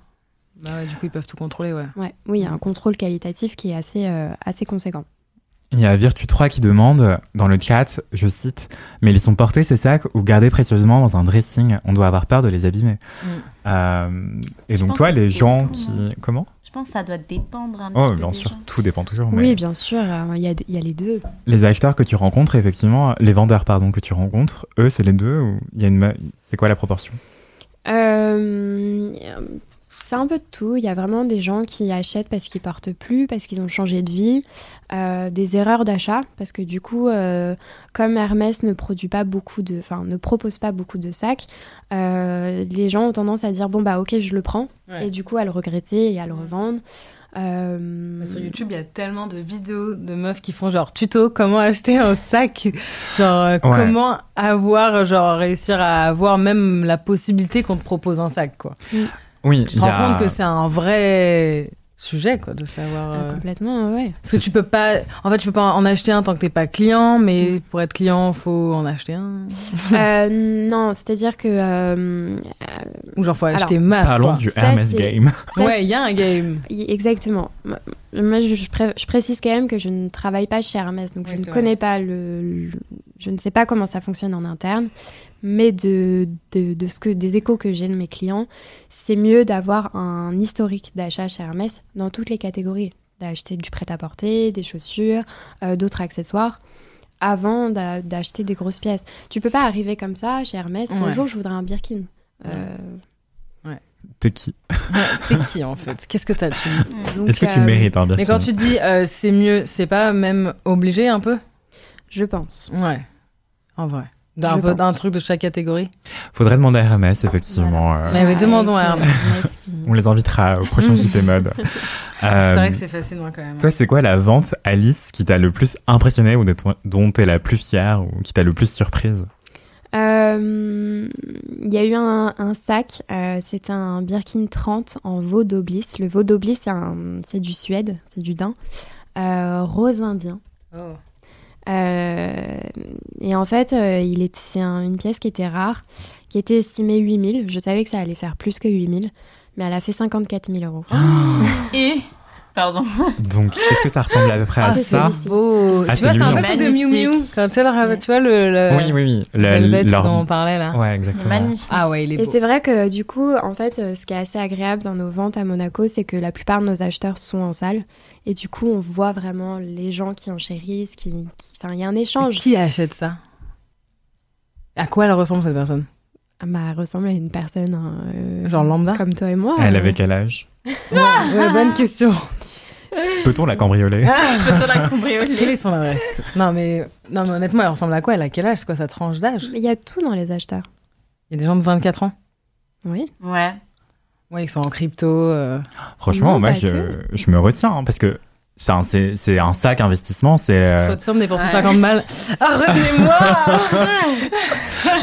Bah ouais, du coup, ils peuvent tout contrôler, ouais. Ouais, oui, il y a un contrôle qualitatif qui est assez euh, assez conséquent. Il y a Virtu 3 qui demande dans le chat, je cite, mais ils sont portés ces sacs ou gardés précieusement dans un dressing. On doit avoir peur de les abîmer. Mm. Euh, et donc pense toi, que les c'est gens dépend, qui, hein. comment Je pense que ça doit dépendre un petit Oh, peu. bien des sûr, gens. tout dépend toujours. Mais Oui, bien sûr, euh, il y, a d- il y a les deux. les acheteurs que tu rencontres, effectivement, les vendeurs pardon que tu rencontres, eux, c'est les deux. Ou il y a une, ma- c'est quoi la proportion Euh, c'est un peu de tout. Il y a vraiment des gens qui achètent parce qu'ils partent plus, parce qu'ils ont changé de vie, euh, des erreurs d'achat, parce que du coup, euh, comme Hermès ne produit pas beaucoup de, enfin, ne propose pas beaucoup de sacs, euh, les gens ont tendance à dire bon bah ok je le prends Ouais. et du coup à le regretter et à le revendre. Euh, Bah, Sur YouTube, il y a tellement de vidéos de meufs qui font genre tuto comment acheter un sac, genre euh, comment avoir, genre réussir à avoir même la possibilité qu'on te propose un sac, quoi. Oui, il Tu te y rends a- compte que c'est un vrai sujet, quoi, de savoir. Ah, euh, complètement, ouais. Parce que tu peux pas. En fait, tu peux pas en acheter un tant que t'es pas client, mais pour être client, faut en acheter un. Euh, non, c'est-à-dire que euh, Ou genre, faut Alors, acheter masse. Parlons quoi. du ça, Hermes c'est- Game. [laughs] ça, Ouais, il y a un game. Y- Exactement. Moi, moi, je, je pré- je précise quand même que je ne travaille pas chez Hermès, donc Oui, je ne c'est connais pas le, le- Je ne sais pas comment ça fonctionne en interne, mais de, de, de ce que, des échos que j'ai de mes clients, c'est mieux d'avoir un historique d'achat chez Hermès dans toutes les catégories. D'acheter du prêt-à-porter, des chaussures, euh, d'autres accessoires, avant d'a- d'acheter des grosses pièces. Tu peux pas arriver comme ça chez Hermès, Ouais. bonjour, je voudrais un Birkin. Euh, T'es qui T'es qui en fait Qu'est-ce que t'as de chez nous donc, Est-ce que tu euh, mérites hein, un Birkin Mais quand tu dis euh, c'est mieux, c'est pas même obligé un peu Je pense. Ouais. En vrai. D'un Je peu- d'un pense. truc de chaque catégorie. Faudrait demander à Hermès, effectivement. euh, Mais oui, demandons à Avec, euh, Hermès. Hermès qui- On les invitera au [laughs] prochain JT Mode. Euh, C'est vrai que c'est fascinant quand même. Toi, c'est quoi la vente, Alice, qui t'a le plus impressionné ou d'être- dont t'es la plus fière ou qui t'a le plus surprise Euh, Il y a eu un, un sac, euh, c'est un Birkin 30 en veau d'oblis. Le veau d'oblis, c'est un- c'est du Suède, c'est du daim, euh, rose indien. Oh. Euh, et en fait, euh, il est- c'est un- une pièce qui était rare, qui était estimée 8000. Je savais que ça allait faire plus que 8000, mais elle a fait 54 000 euros. Et, pardon, Donc, est-ce que ça ressemble à peu près Ah, à Ah, c'est Ah, ça celui-ci. Beau. Ah, tu vois, c'est c'est un peu mignon. truc de Miu Miu. Magnifique. Quand elle ra- tu vois le, le Oui, oui, oui. Le- euh, Velvet leur- dont on parlait là. Ouais, exactement. magnifique. Ah ouais, il est Et beau. c'est vrai que du coup, en fait, euh, ce qui est assez agréable dans nos ventes à Monaco, c'est que la plupart de nos acheteurs sont en salle. Et du coup, on voit vraiment les gens qui enchérissent, qui. qui- Enfin, il y a un échange. Qui achète ça À quoi elle ressemble cette personne Ah Bah, elle ressemble à une personne hein, euh, Genre lambda comme toi et moi. Elle euh, avait quel âge Ah. Ouais, Bonne question. Peut-on la cambrioler Peut-on Ah, la cambrioler Quelle est son adresse Non mais non mais honnêtement, elle ressemble à quoi Elle a quel âge C'est quoi sa tranche d'âge Il y a tout dans les acheteurs. Il y a des gens de 24 ans. Oui. Ouais. Ouais, ils sont en crypto. euh, Franchement, Non, moi, pas je, je me retiens hein, parce que c'est un, c'est- c'est un sac investissement. C'est Tu te euh, retiens de dépenser Ouais. 50 balles. Ah, revenez-moi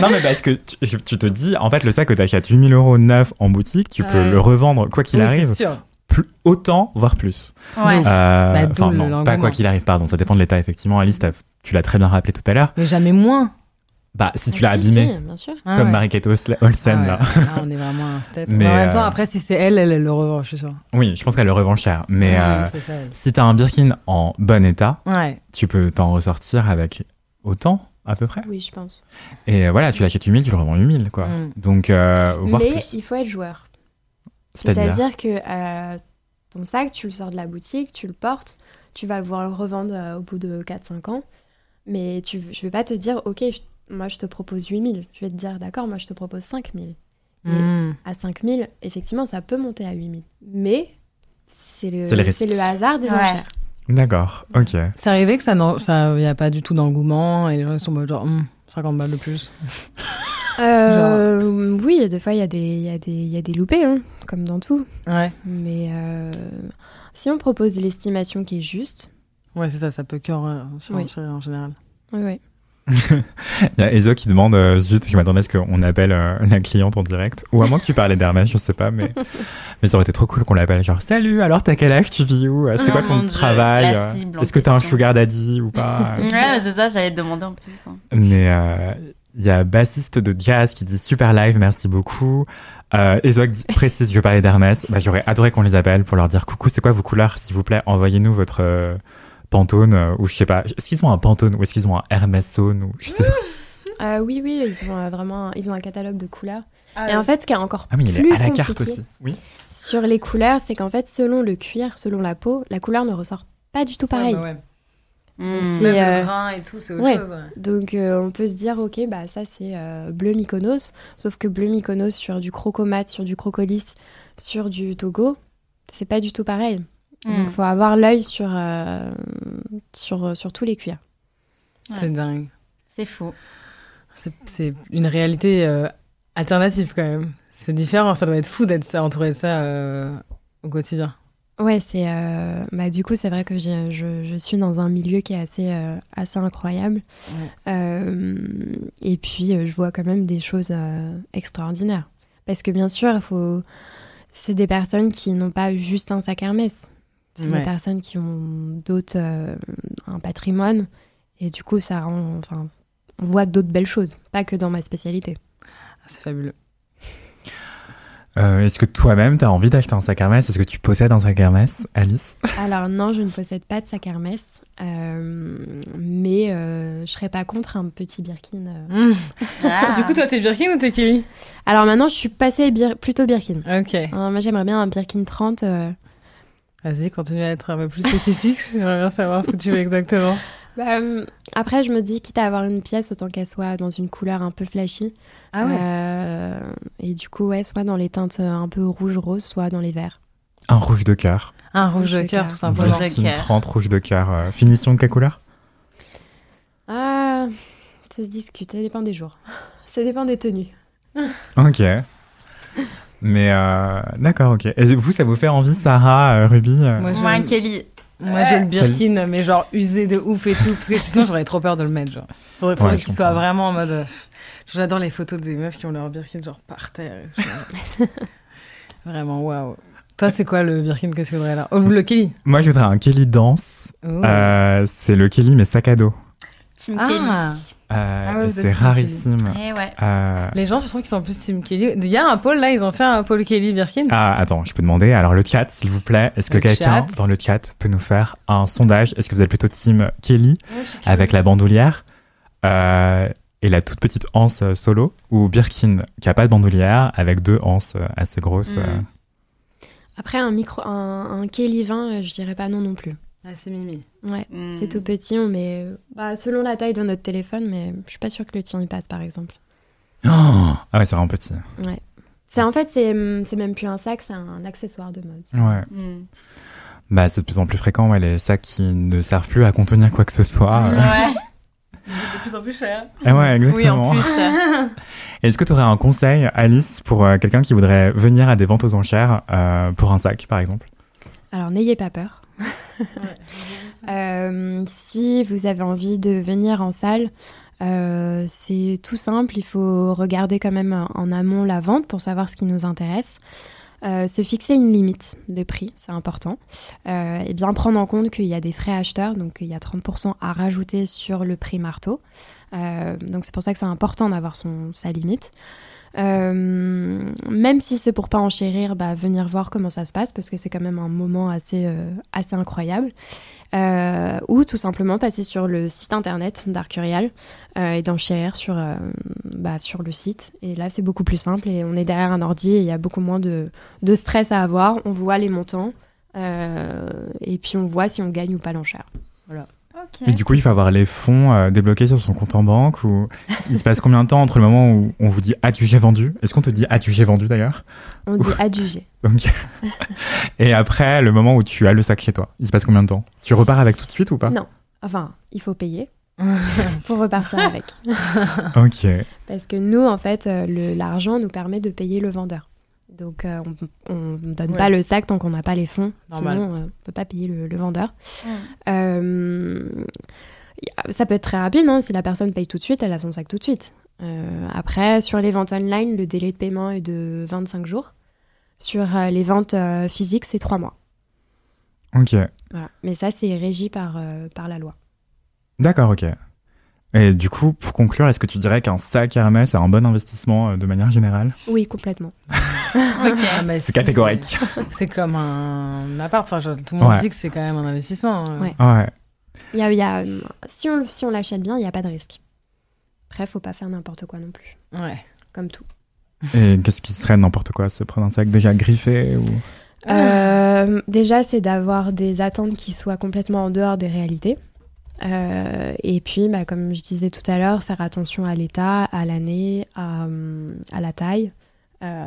non, mais parce que tu, je- tu te dis, en fait, le sac que t'achètes 8000 euros neuf en boutique, tu peux Ah Ouais. le revendre quoi [laughs] qu'il Oui, arrive, C'est sûr. plus, autant voire plus. Ouais. Ouf. Euh, Bah, d'où Enfin, le non, pas langouement. quoi qu'il arrive, pardon, ça dépend de l'état, effectivement. Alice, t'as- tu l'as très bien rappelé tout à l'heure. Mais jamais moins. Bah, si tu l'as Ah, si, abîmé, si, bien sûr. Ah, comme ouais. Marie-Kate Olsen, Ah, ouais, là. là, on est vraiment à un step. Mais, Mais en même temps, euh, après, si c'est elle, elle, elle le revend, je suis sûre. Oui, je pense qu'elle le revend cher. Mais euh, Ah, Ouais, c'est ça, elle. si t'as un Birkin en bon état, Ouais. tu peux t'en ressortir avec autant, à peu près. Oui, je pense. Et euh, voilà, tu l'achètes 8000, tu le revends 8000, quoi. Mm. Donc, euh, voire Mais plus. il faut être joueur. C'est-à-dire. C'est-à-dire que euh, ton sac, tu le sors de la boutique, tu le portes, tu vas vouloir le revendre euh, au bout de 4-5 ans, mais tu, je vais pas te dire, ok, je- moi je te propose 8000, je vais te dire, d'accord, moi je te propose 5000. Et Mm. à 5000, effectivement, ça peut monter à 8000, mais c'est le, C'est le risque. c'est le hasard des Ouais. enchères. D'accord, ok. C'est arrivé que ça n'en- ça y a pas du tout d'engouement et les gens ils sont en mode genre hum, 50 balles de plus. Euh, Oui, des fois il y, a des- il y, a des- il y a des loupés, hein, comme dans tout, Ouais. mais euh, si on propose l'estimation qui est juste, Ouais, c'est ça, ça peut que en, Oui. en général. oui, oui. Il y a Ezo qui demande, euh, zut, je m'attendais à ce qu'on appelle euh, la cliente en direct. Ou à moins que tu parlais d'Hermès, je sais pas, [laughs] mais, mais ça aurait été trop cool qu'on l'appelle. Genre, salut, alors t'as quel âge, tu vis où euh, C'est Non, quoi Oh ton mon Dieu, travail euh, la cible en Est-ce que t'as un question. sugar daddy ou pas euh [laughs] Ouais, c'est ça, j'allais te demander en plus. hein. Mais euh, il y a bassiste de jazz qui dit super live, merci beaucoup. Euh, Ezoc dit- précise, je parlais d'Hermès. Bah, J'aurais adoré qu'on les appelle pour leur dire coucou, c'est quoi vos couleurs, s'il vous plaît, envoyez-nous votre euh, Pantone euh, ou je sais pas. Est-ce qu'ils ont un Pantone ou est-ce qu'ils ont un Hermès Zone ou je sais pas. Euh, oui, oui, ils ont euh, vraiment un- ils ont un catalogue de couleurs. Ah Et en fait, ce qui est encore Ah, mais il plus est à la carte compliqué aussi. Oui. sur les couleurs, c'est qu'en fait, selon le cuir, selon la peau, la couleur ne ressort pas du tout Ah, bah pareil. Mm. C'est, euh, grain et tout, c'est ouais. chose. ouais. Donc, euh, on peut se dire, ok, bah ça c'est euh, bleu Mykonos, sauf que bleu Mykonos sur du crocomate, sur du crocolis, sur du Togo, c'est pas du tout pareil. Donc, Mm. faut avoir l'œil sur, euh, sur sur tous les cuirs. C'est dingue. C'est faux. C'est- C'est une réalité euh, alternative quand même. C'est différent, ça doit être fou d'être ça, entouré de ça euh, au quotidien. Ouais, c'est euh, bah du coup c'est vrai que j'ai- je, je suis dans un milieu qui est assez euh, assez incroyable. Euh, et puis euh, je vois quand même des choses euh, extraordinaires. Parce que bien sûr, il faut C'est des personnes qui n'ont pas juste un sac Hermès. C'est Ouais. des personnes qui ont d'autres, euh, un patrimoine. Et du coup, ça rend, enfin, on voit d'autres belles choses, pas que dans ma spécialité. Ah, C'est fabuleux. Euh, Est-ce que toi-même, t'as envie d'acheter un sac Hermès Est-ce que tu possèdes un sac Hermès, Alice Alors non, je ne possède pas de sac Hermès, euh, mais euh, je serais pas contre un petit Birkin. euh. Ah. Du coup, toi, t'es Birkin ou t'es Kelly Alors maintenant, je suis passée bir- plutôt Birkin. Ok. Hein, moi, j'aimerais bien un Birkin 30. euh. Vas-y, continue à être un peu plus spécifique. J'aimerais bien savoir ce que tu veux exactement. Bah, euh, après, je me dis, quitte à avoir une pièce, autant qu'elle soit dans une couleur un peu flashy. Ah ouais. Euh, et du coup, ouais, soit dans les teintes euh, un peu rouge-rose, soit dans les verts. Un rouge de cœur. Un rouge de Rouge de cœur, cœur. tout Un simplement. de Birkin cœur. 30 rouge de cœur. euh, finition de quelle couleur Ah, ça se discute, ça dépend des jours. [laughs] Ça dépend des tenues. Ok. Mais euh, d'accord, ok. Et vous, ça vous fait envie, Sarah, euh, Ruby euh, Moi, je- Moi, Kelly. Moi, j'ai une Birkin, mais genre usée de ouf et tout, parce que sinon j'aurais trop peur de le mettre. Genre, faudrait, faudrait Ouais, je qu'il soit comprends. vraiment en mode. euh, pff. J'adore les photos des meufs qui ont leur Birkin genre par [laughs] terre. et genre. vraiment, waouh. Toi, c'est quoi le Birkin que tu voudrais là Oh, le Kelly. Moi, je voudrais un Kelly Dance. Oh. Euh, c'est le Kelly, mais sac à dos. Team Ah. Kelly. Euh, Ah ouais, et vous êtes c'est team rarissime. Eh ouais. Euh, Les gens, je trouve qu'ils sont plus Team Kelly. Il y a un pôle là, ils ont fait un pôle Kelly Birkin. Ah, attends, je peux demander. Alors, le chat, s'il vous plaît, est-ce que Le quelqu'un chat. dans le chat peut nous faire un sondage Est-ce que vous êtes plutôt team Kelly avec la bandoulière euh, et la toute petite anse euh, solo ou Birkin qui a pas de bandoulière avec deux anses euh, assez grosses Mm. euh. Après, un micro, un, un Kelly 20, euh, je dirais pas non non plus. Ah, c'est Mimi. Ouais, Hmm. c'est tout petit, on met euh, bah, selon la taille de notre téléphone, mais je suis pas sûre que le tien y passe par exemple. Oh ah ouais, c'est vraiment petit. Ouais. C'est en fait, c'est hum, c'est même plus un sac, c'est un accessoire de mode. Ouais. Mm. Bah, c'est de plus en plus fréquent, ouais, les sacs qui ne servent plus à contenir quoi que ce soit. euh. [laughs] Ouais. C'est de plus en plus cher. [laughs] Ah ouais, Oui, en exactement. plus. Est-ce que tu aurais un conseil, Alice, pour euh, quelqu'un qui voudrait venir à des ventes aux enchères euh, pour un sac, par exemple Alors n'ayez pas peur. Euh, si vous avez envie de venir en salle, euh, c'est tout simple. Il faut regarder quand même en amont la vente pour savoir ce qui nous intéresse. Euh, se fixer une limite de prix, c'est important. Euh, et bien prendre en compte qu'il y a des frais acheteurs, donc il y a 30% à rajouter sur le prix marteau. Euh, donc c'est pour ça que c'est important d'avoir son- sa limite. Euh, même si c'est pour pas enchérir, bah, venir voir comment ça se passe parce que c'est quand même un moment assez, euh, assez incroyable. Euh, ou tout simplement passer sur le site internet d'Arcurial euh, et d'enchérir sur, euh, bah, sur le site. Et là, c'est beaucoup plus simple et on est derrière un ordi et il y a beaucoup moins de, de stress à avoir. On voit les montants euh, et puis on voit si on gagne ou pas l'enchère. [laughs] Ok. Et du coup, il faut avoir les fonds euh, débloqués sur son compte en banque ou il se passe combien de temps entre le moment où on vous dit as-tu j'ai vendu Est-ce qu'on te dit as-tu j'ai vendu d'ailleurs On dit adjugé. Donc... [laughs] Et après, le moment où tu as le sac chez toi, il se passe combien de temps Tu repars avec tout de suite ou pas Non. Enfin, il faut payer pour repartir avec. Ok. Parce que nous, en fait, euh, le- l'argent nous permet de payer le vendeur. Donc, euh, on ne donne Ouais. pas le sac tant qu'on n'a pas les fonds. Normal. Sinon, euh, on ne peut pas payer le, le vendeur. Mm. Euh, y a- ça peut être très rapide. hein. Si la personne paye tout de suite, elle a son sac tout de suite. Euh, après, sur les ventes online, le délai de paiement est de 25 jours. Sur euh, les ventes euh, physiques, c'est 3 mois. Ok. Voilà. Mais ça, c'est régi par, euh, par la loi. D'accord, ok. Et du coup, pour conclure, est-ce que tu dirais qu'un sac Hermès est un bon investissement euh, de manière générale Oui, complètement. Ah, Ok. mais C'est catégorique. C'est comme un appart. Enfin, genre, tout le monde Ouais. dit que c'est quand même un investissement. hein. Ouais. Ouais. Il y a- il y a, euh, si on, si on l'achète bien, il n'y a pas de risque. Après, faut pas faire n'importe quoi non plus. ouais. comme tout. [laughs] Et qu'est-ce qui serait n'importe quoi C'est prendre un sac déjà griffé ou... Euh, déjà, c'est d'avoir des attentes qui soient complètement en dehors des réalités. Euh, et puis, bah, comme je disais tout à l'heure, faire attention à l'état, à l'année, à, hum, à la taille. Euh,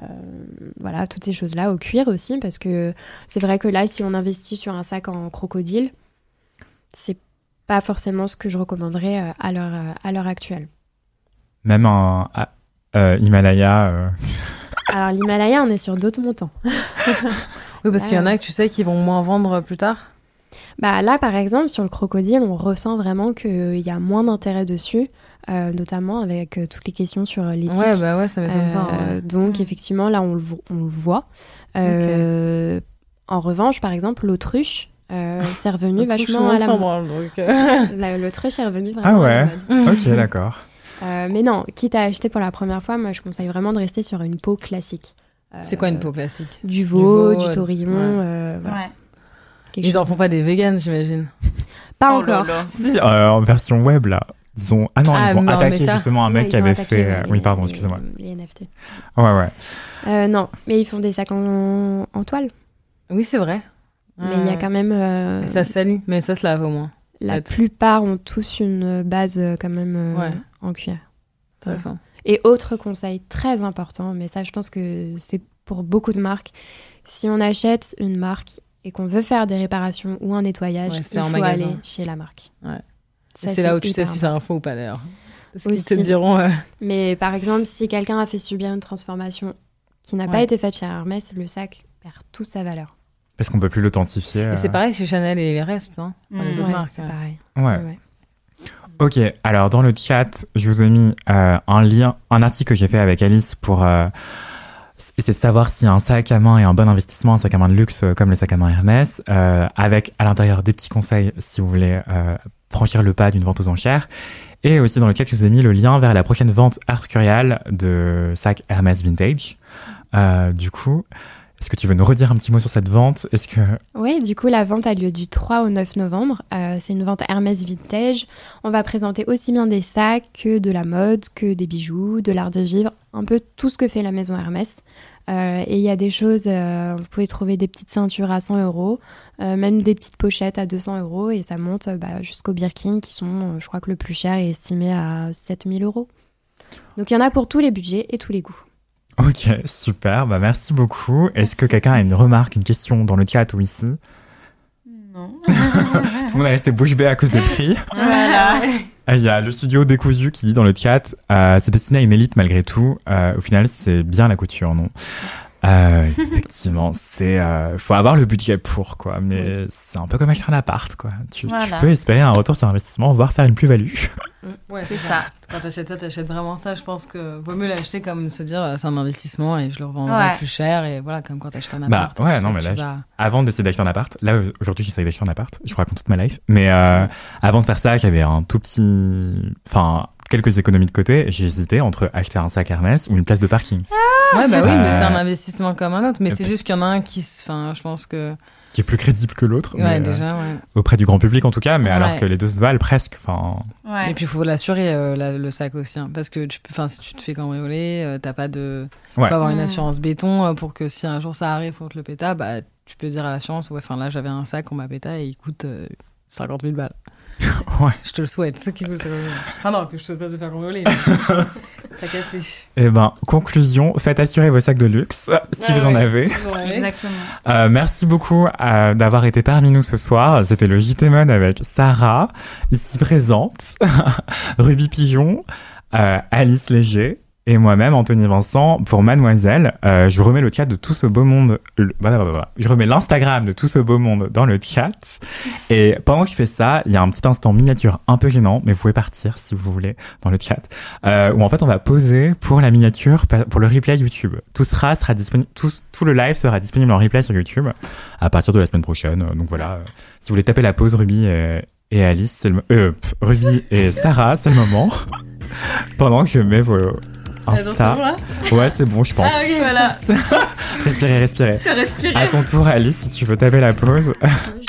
voilà, toutes ces choses-là, au cuir aussi, parce que c'est vrai que là, si on investit sur un sac en crocodile, c'est pas forcément ce que je recommanderais euh, à l'heure, euh, à l'heure actuelle. Même un ah, euh, Himalaya. euh, Alors, l'Himalaya, on est sur d'autres montants. Ah Oui, parce qu'il y en a que tu sais qui vont moins vendre plus tard. Bah là, par exemple, sur le crocodile, on ressent vraiment qu'il y a moins d'intérêt dessus, euh, notamment avec euh, toutes les questions sur l'éthique. Ouais, bah ouais, ça m'étonne Euh, pas. Mm. ouais. Donc, effectivement, là, on le, vo- on le voit. Euh, En revanche, par exemple, l'autruche, [laughs] euh, c'est revenu Tout le vachement monde à la s'en mode. branle, donc. euh. [laughs] La- L'autruche est revenue Ah vraiment à la ouais. mode. Mm. ok, d'accord. Euh, mais non, quitte à acheter pour la première fois, moi, je conseille vraiment de rester sur une peau classique. Euh, C'est quoi une peau classique Du veau, Du veau, du taurillon, ouais. euh, voilà, Ouais. quelque Ils chose. en font pas des véganes, j'imagine. Pas Oh, encore. lolo. Si, euh, en version web, là. Ils ont... Ah non, Ah ils ont non, attaqué mais ça- justement un Ouais, mec ils qui ont avait attaqué fait. euh, les- oui, pardon, les- excusez-moi. Les NFT. Ouais, ouais. Euh, non, mais ils font des sacs en, en toile. Oui, c'est vrai. Mais il y a quand même. euh, Et ça se salit, mais ça se lave au moins. la Peut-être. plupart ont tous une base euh, quand même euh, Ouais. en cuir. Intéressant. Et autre conseil très important, mais ça je pense que c'est pour beaucoup de marques, si on achète une marque et qu'on veut faire des réparations ou un nettoyage, Ouais, il c'est faut en magasin. aller chez la marque. Ouais. Ça, c'est là où tu sais hyper si c'est un faux ou pas d'ailleurs. Parce qu'ils te Aussi. diront. euh, Mais par exemple, si quelqu'un a fait subir une transformation qui n'a pas Ouais. été faite chez Hermès, le sac perd toute sa valeur. Parce qu'on peut plus l'authentifier. Et c'est euh, pareil chez Chanel et les restes. Hein. Enfin, les Mm. autres Mmh, Ouais, marques, c'est ouais. pareil. Ouais. Ouais, ouais. Ok, alors dans le chat, je vous ai mis euh, un lien, un article que j'ai fait avec Alice pour euh, essayer de savoir si un sac à main est un bon investissement, un sac à main de luxe euh, comme les sacs à main Hermès, euh, avec à l'intérieur des petits conseils si vous voulez euh, franchir le pas d'une vente aux enchères. Et aussi dans le chat, je vous ai mis le lien vers la prochaine vente Arcurial de sac Hermès Vintage. Euh, du coup, est-ce que tu veux nous redire un petit mot sur cette vente Est-ce que... Oui, du coup, la vente a lieu du 3 au 9 novembre. Euh, c'est une vente Hermès Vintage. On va présenter aussi bien des sacs que de la mode, que des bijoux, de l'art de vivre, un peu tout ce que fait la maison Hermès. Euh, et il y a des choses, euh, vous pouvez trouver des petites ceintures à 100 euros, euh, même des petites pochettes à 200 euros, et ça monte euh, bah, jusqu'aux Birkin qui sont, euh, je crois que le plus cher est estimé à 7000 euros. Donc il y en a pour tous les budgets et tous les goûts. Ok, super, bah merci beaucoup. Est-ce que quelqu'un a une remarque, une question dans le chat ou ici Non. [laughs] [laughs] Tout le monde est resté bouche bée à cause des prix. voilà. [laughs] Et Il y a le studio Décousu qui dit dans le chat euh, c'est destiné à une élite malgré tout. Euh, au final, c'est bien la couture, non Euh, Effectivement, c'est euh, faut avoir le budget pour quoi, mais c'est un peu comme acheter un appart quoi. Tu, tu Voilà. peux espérer un retour sur investissement, voire faire une plus-value. Ouais, C'est ça. Quand t'achètes ça, t'achètes vraiment ça. Je pense que vaut mieux l'acheter comme se dire euh, c'est un investissement et je le revendrai Ouais. plus cher. Et voilà, comme quand t'achètes un Bah, appart. ouais, tu non, sais mais que là, tu vas- Avant d'essayer d'acheter un appart, là aujourd'hui j'essaie d'acheter un appart, je vous raconte toute ma life, mais euh, avant de faire ça, j'avais un tout petit, enfin quelques économies de côté, et j'ai hésité entre acheter un sac Hermès ou une place de parking, Ouais, bah oui, mais Euh, c'est un investissement comme un autre. Mais et c'est puis- juste qu'il y en a un qui se. Enfin, je pense que. qui est plus crédible que l'autre, mais, Ouais, euh, déjà, ouais. auprès du grand public en tout cas, mais alors Ouais. que les deux se valent presque, enfin Ouais. Et puis, il faut l'assurer, euh, la- le sac aussi. hein, parce que tu peux, enfin, si tu te fais cambrioler, euh, t'as pas de. Ouais. faut avoir une Mm. assurance béton euh, pour que si un jour ça arrive, on te le péta, bah, tu peux dire à l'assurance Ouais, enfin là, j'avais un sac, on m'a péta et il coûte euh, 50 000 balles. [laughs] Ouais. Je te le souhaite, c'est qui coûte 50 000 Ah non, que je te souhaite pas de faire cambrioler. [laughs] T'as cassé. Eh ben, conclusion, faites assurer vos sacs de luxe, si vous en avez. Exactement. Euh, merci beaucoup euh, d'avoir été parmi nous ce soir. C'était le JT Mode avec Sarah, ici présente, [laughs] Ruby Pigeon, euh, Alice Léger et moi-même, Anthony Vincent, pour Mademoiselle. Euh, je vous remets le chat de tout ce beau monde. le- bah, bah, bah, bah. Je remets l'Instagram de tout ce beau monde dans le chat. Et pendant que je fais ça, il y a un petit instant miniature un peu gênant, mais vous pouvez partir si vous voulez dans le chat. Euh, où en fait on va poser pour la miniature, pa- pour le replay YouTube. Tout sera, sera disponible, tout, tout le live sera disponible en replay sur YouTube à partir de la semaine prochaine. Euh, Donc voilà, euh, si vous voulez taper la pause Ruby et, et Alice, c'est le, mo- euh, pff, Ruby et Sarah, c'est le moment. [laughs] Pendant que je mets vos Ah, Insta. Ouais, c'est bon, Ah, je pense. ok, voilà. respirez, respirez. T'as respiré. À ton tour, Alice, si tu veux taper la pause. Je